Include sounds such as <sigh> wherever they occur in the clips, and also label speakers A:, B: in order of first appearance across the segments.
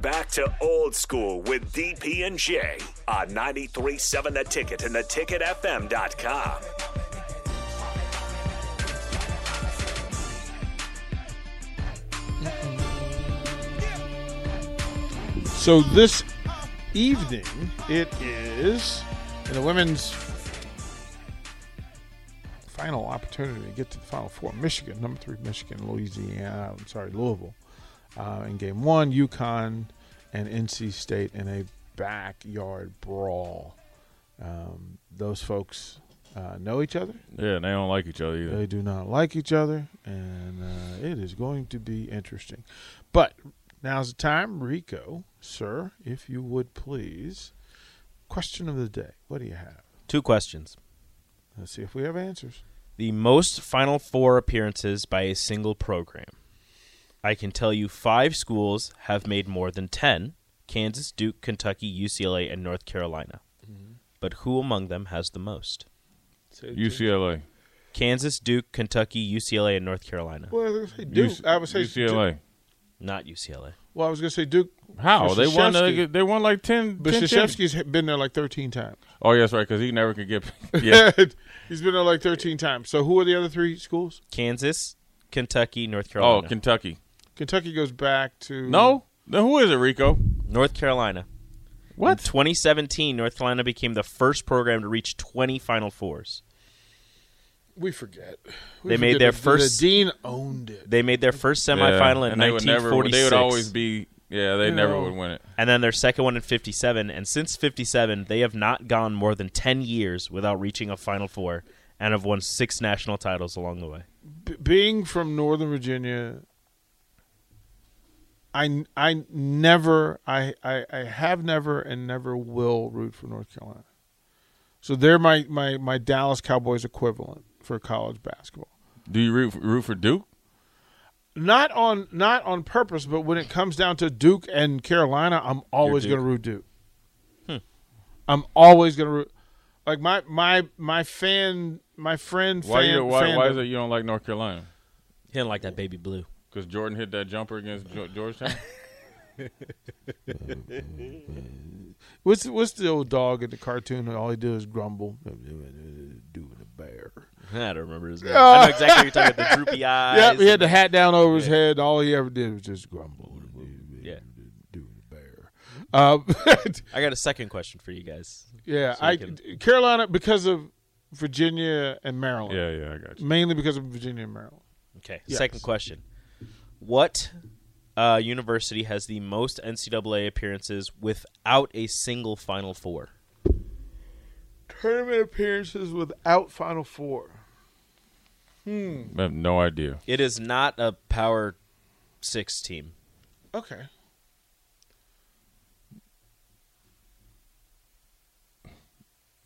A: Back to old school with DP and J on 937 the ticket and the ticketfm.com.
B: So this evening it is in the women's final opportunity to get to the final four. Michigan, number three, Michigan, Louisiana. I'm sorry, Louisville. Uh, in game one, UConn and NC State in a backyard brawl. Um, those folks uh, know each other.
C: Yeah, and they don't like each other either.
B: They do not like each other, and uh, it is going to be interesting. But now's the time, Rico, sir, if you would please. Question of the day: What do you have?
D: Two questions.
B: Let's see if we have answers.
D: The most Final Four appearances by a single program. I can tell you five schools have made more than 10 Kansas, Duke, Kentucky, UCLA, and North Carolina. But who among them has the most?
C: UCLA.
D: Kansas, Duke, Kentucky, UCLA, and North Carolina.
B: Well, I was gonna say Duke.
C: UC-
B: I would say
C: UCLA.
D: Not UCLA.
B: Well, I was going to say Duke.
C: How they won?
B: Krzyzewski.
C: They, they won like 10,
B: But
C: 10 champions.
B: Krzyzewski's been there like 13 times.
C: Oh, yeah, that's right. Because he never could get.
B: <laughs>
C: <laughs> Yeah,
B: He's been there like 13 times. So who are the other three schools?
D: Kansas, Kentucky, North
C: Oh,
D: Carolina.
C: Kentucky.
B: Kentucky goes back to
C: No, then who is it, Rico?
D: North Carolina. In 2017, North Carolina became the first program to reach 20 Final Fours.
B: We forget. We
D: They made
B: forget
D: their
B: that the,
D: first-
B: dean owned it.
D: They made their first
C: Yeah,
D: semifinal in
C: and they would
D: 1946,
C: never. They would always be. Yeah, they
B: You
C: never
B: know.
C: would win it.
D: and then their second one in 57. And since 57, they have not gone more than 10 years without reaching a Final Four and have won six national titles along the way.
B: B- being from Northern Virginia, I I never I, I I have never and never will root for North Carolina. So they're my my my Dallas Cowboys equivalent for college basketball.
C: Do you root for, root for Duke?
B: not on not on purpose, but when it comes down to Duke and Carolina, I'm always
C: Duke. Hmm.
B: going to root Duke. I'm always going to root. Like my my my fan my friend
C: Why?
B: fan,
C: you, why, why
B: fandom-
C: is it you don't like North Carolina?
D: He didn't like that baby blue.
C: Because Jordan hit that jumper against Ge-
B: <laughs>
C: Georgetown.
B: What's what's the old dog in the cartoon? that All he do is grumble.
D: Uh,
B: Doing a bear.
D: I don't remember his name. I know exactly what you're talking about. The <laughs> droopy eyes.
B: Yep, he had
D: and-
B: the hat down over his head. and All he ever did was just grumble.
D: Yeah.
B: Doing a bear. Uh, <laughs>
D: I got a second question for you guys.
B: yeah,
D: So we
B: I
D: can-
B: Carolina because of Virginia and Maryland.
C: yeah, yeah, I got you.
B: mainly because of Virginia and Maryland.
D: Okay.
B: Yes.
D: Second question. What uh, university has the most NCAA appearances without a single Final Four?
B: Tournament appearances without Final Four.
C: I have no idea.
D: It is not a Power Six team.
B: Okay.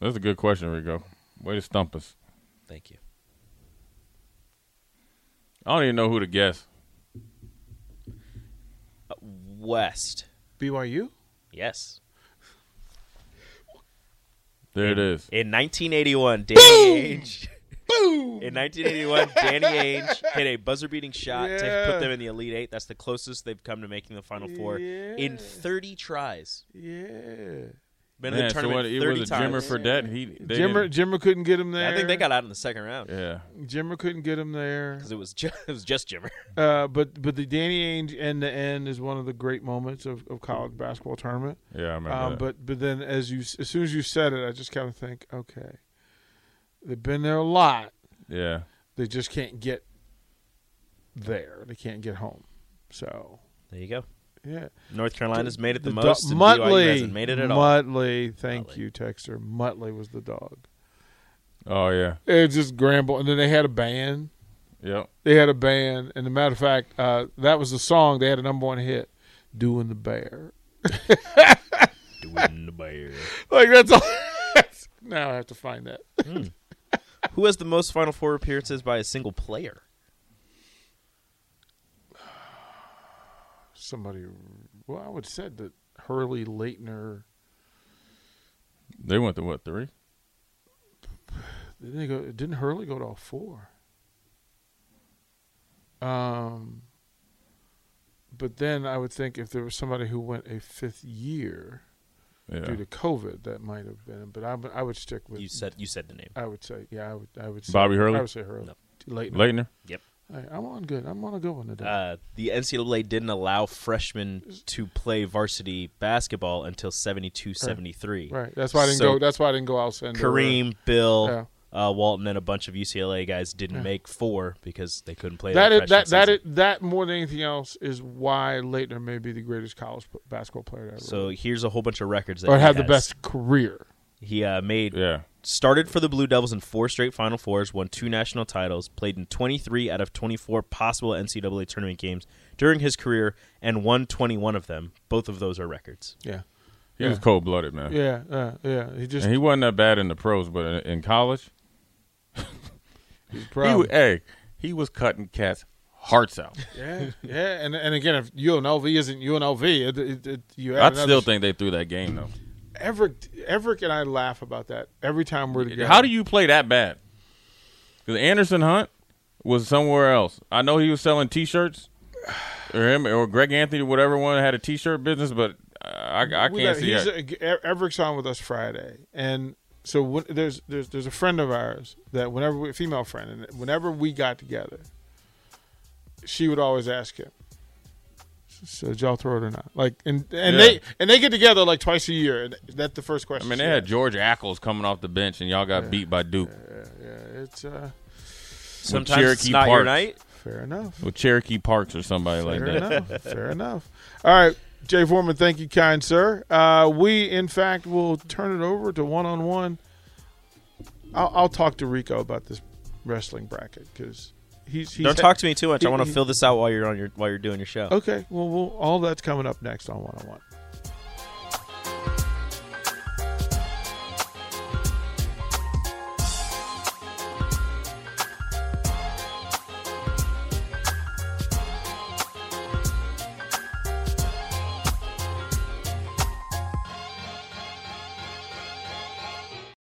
C: That's a good question, Rico. Way to stump us.
D: Thank you.
C: I don't even know who to guess.
D: Uh, West.
B: BYU?
D: Yes.
C: There it is.
D: In 1981, Danny Ainge. In 1981, Danny Ainge hit a buzzer-beating shot to
B: Yeah.
D: put them in the Elite Eight. That's the closest they've come to making the Final Four in
B: Yeah.
D: 30 tries.
B: Yeah.
D: Been in
C: Man,
D: the
C: so
D: tournament
C: what- it
D: 30
C: was a Jimmer
D: times.
C: Fredette. He, they
B: Jimmer
C: didn't-
B: Jimmer couldn't get him there.
D: I think they got out in the second round
C: Yeah.
B: Jimmer couldn't get him there.
D: because it was ju- <laughs> it was just Jimmer.
B: Uh, but but the Danny Ainge end to end is one of the great moments of, of college basketball tournament.
C: Yeah, I remember
B: Um,
C: that.
B: but but then as you as soon as you said it, I just kind of think, okay, they've been there a lot.
C: yeah.
B: They just can't get there. They can't get home. So
D: There you go.
B: yeah.
D: North Carolina's made it the,
B: The do-
D: most. and BYU
B: Muttley
D: hasn't made it at all.
B: Muttley, thank
D: Muttley.
B: you, Texter. Muttley was the dog.
C: Oh yeah.
B: It was just Gramble, and then they had a band.
C: Yep.
B: They had a band, and a matter of fact, uh, that was the song they had a number one hit, "Doing the Bear."
D: Doing the bear.
B: Like that's all. now I have to find that.
D: Who has the most Final Four appearances by a single player?
B: Somebody, well, I would have said that Hurley Leitner.
C: They went to what three?
B: Didn't they go? Didn't Hurley go to all four? Um, But then I would think if there was somebody who went a fifth year
C: Yeah.
B: due to COVID, that might have been. But I would, I would stick with.
D: You said you said the name.
B: I would say, yeah, I would. I would. Say,
C: Bobby Hurley?
B: I would say Hurley.
D: No.
B: Leighton.
C: Leitner.
B: Hey, I'm on good. I'm on a good one today.
D: Uh, the NCAA didn't allow freshmen to play varsity basketball until 72 73.
B: right. That's why I didn't
D: so-
B: go. That's why I didn't go. I'll send
D: Kareem, Bill, uh, Walton, and a bunch of UCLA guys didn't
B: Yeah.
D: make four because they couldn't play
B: That
D: their
B: is, that
D: freshman
B: that is,
D: season.
B: that more than anything else is why Leitner may be the greatest college p- basketball player ever.
D: So here's a whole bunch of records that
B: or
D: he
B: have the
D: has.
B: best career.
D: He uh, made
C: Yeah.
D: started for the Blue Devils in four straight Final Fours, won two national titles, played in 23 out of 24 possible NCAA tournament games during his career, and won 21 of them. Both of those are records.
B: Yeah.
C: He
B: Yeah.
C: was cold blooded, man.
B: Yeah. Uh, yeah. He just
C: And he wasn't that bad in the pros, but in- in college,
B: he's
C: he
B: proud.
C: was, hey, he was cutting cats'
B: <laughs>
C: hearts out.
B: yeah. Yeah. And and again, if UNLV isn't UNLV, it, it, it, you.
C: I
B: add another-
C: still think they threw that game though.
B: Everett Everett and I laugh about that every time we're together.
C: How do you play that bad? Because Anderson Hunt was somewhere else. I know he was selling T-shirts, or him, or Greg Anthony, whatever one had a T-shirt business, but I, I, I
B: We got-
C: can't see
B: he's
C: that.
B: a- E, Everett's on with us Friday, and so when, there's there's there's a friend of ours that whenever we, a female friend, and whenever we got together, she would always ask him. So did y'all throw it or not? Like and and
C: Yeah.
B: they and they get together like twice a year. And that's the first
C: I
B: question.
C: mean,
B: she
C: they had
B: asked.
C: George Ackles coming off the bench, and y'all got beat by Duke
B: Yeah, yeah, it's uh,
D: Sometimes it's
C: Cherokee
D: not your
C: Parks.
D: night.
B: fair enough.
C: with Cherokee Parks or somebody like
B: Fair
C: that.
B: enough. Fair enough. All right, Jay Foreman, thank you, kind sir. Uh, we, in fact, will turn it over to one on one. I'll I'll talk to Rico about this wrestling bracket because he's, he's
D: Don't talk to me too much. I
B: he-
D: want to
B: he-
D: fill this out while you're on your while you're doing your show.
B: Okay, well, we'll all that's coming up next on one on one.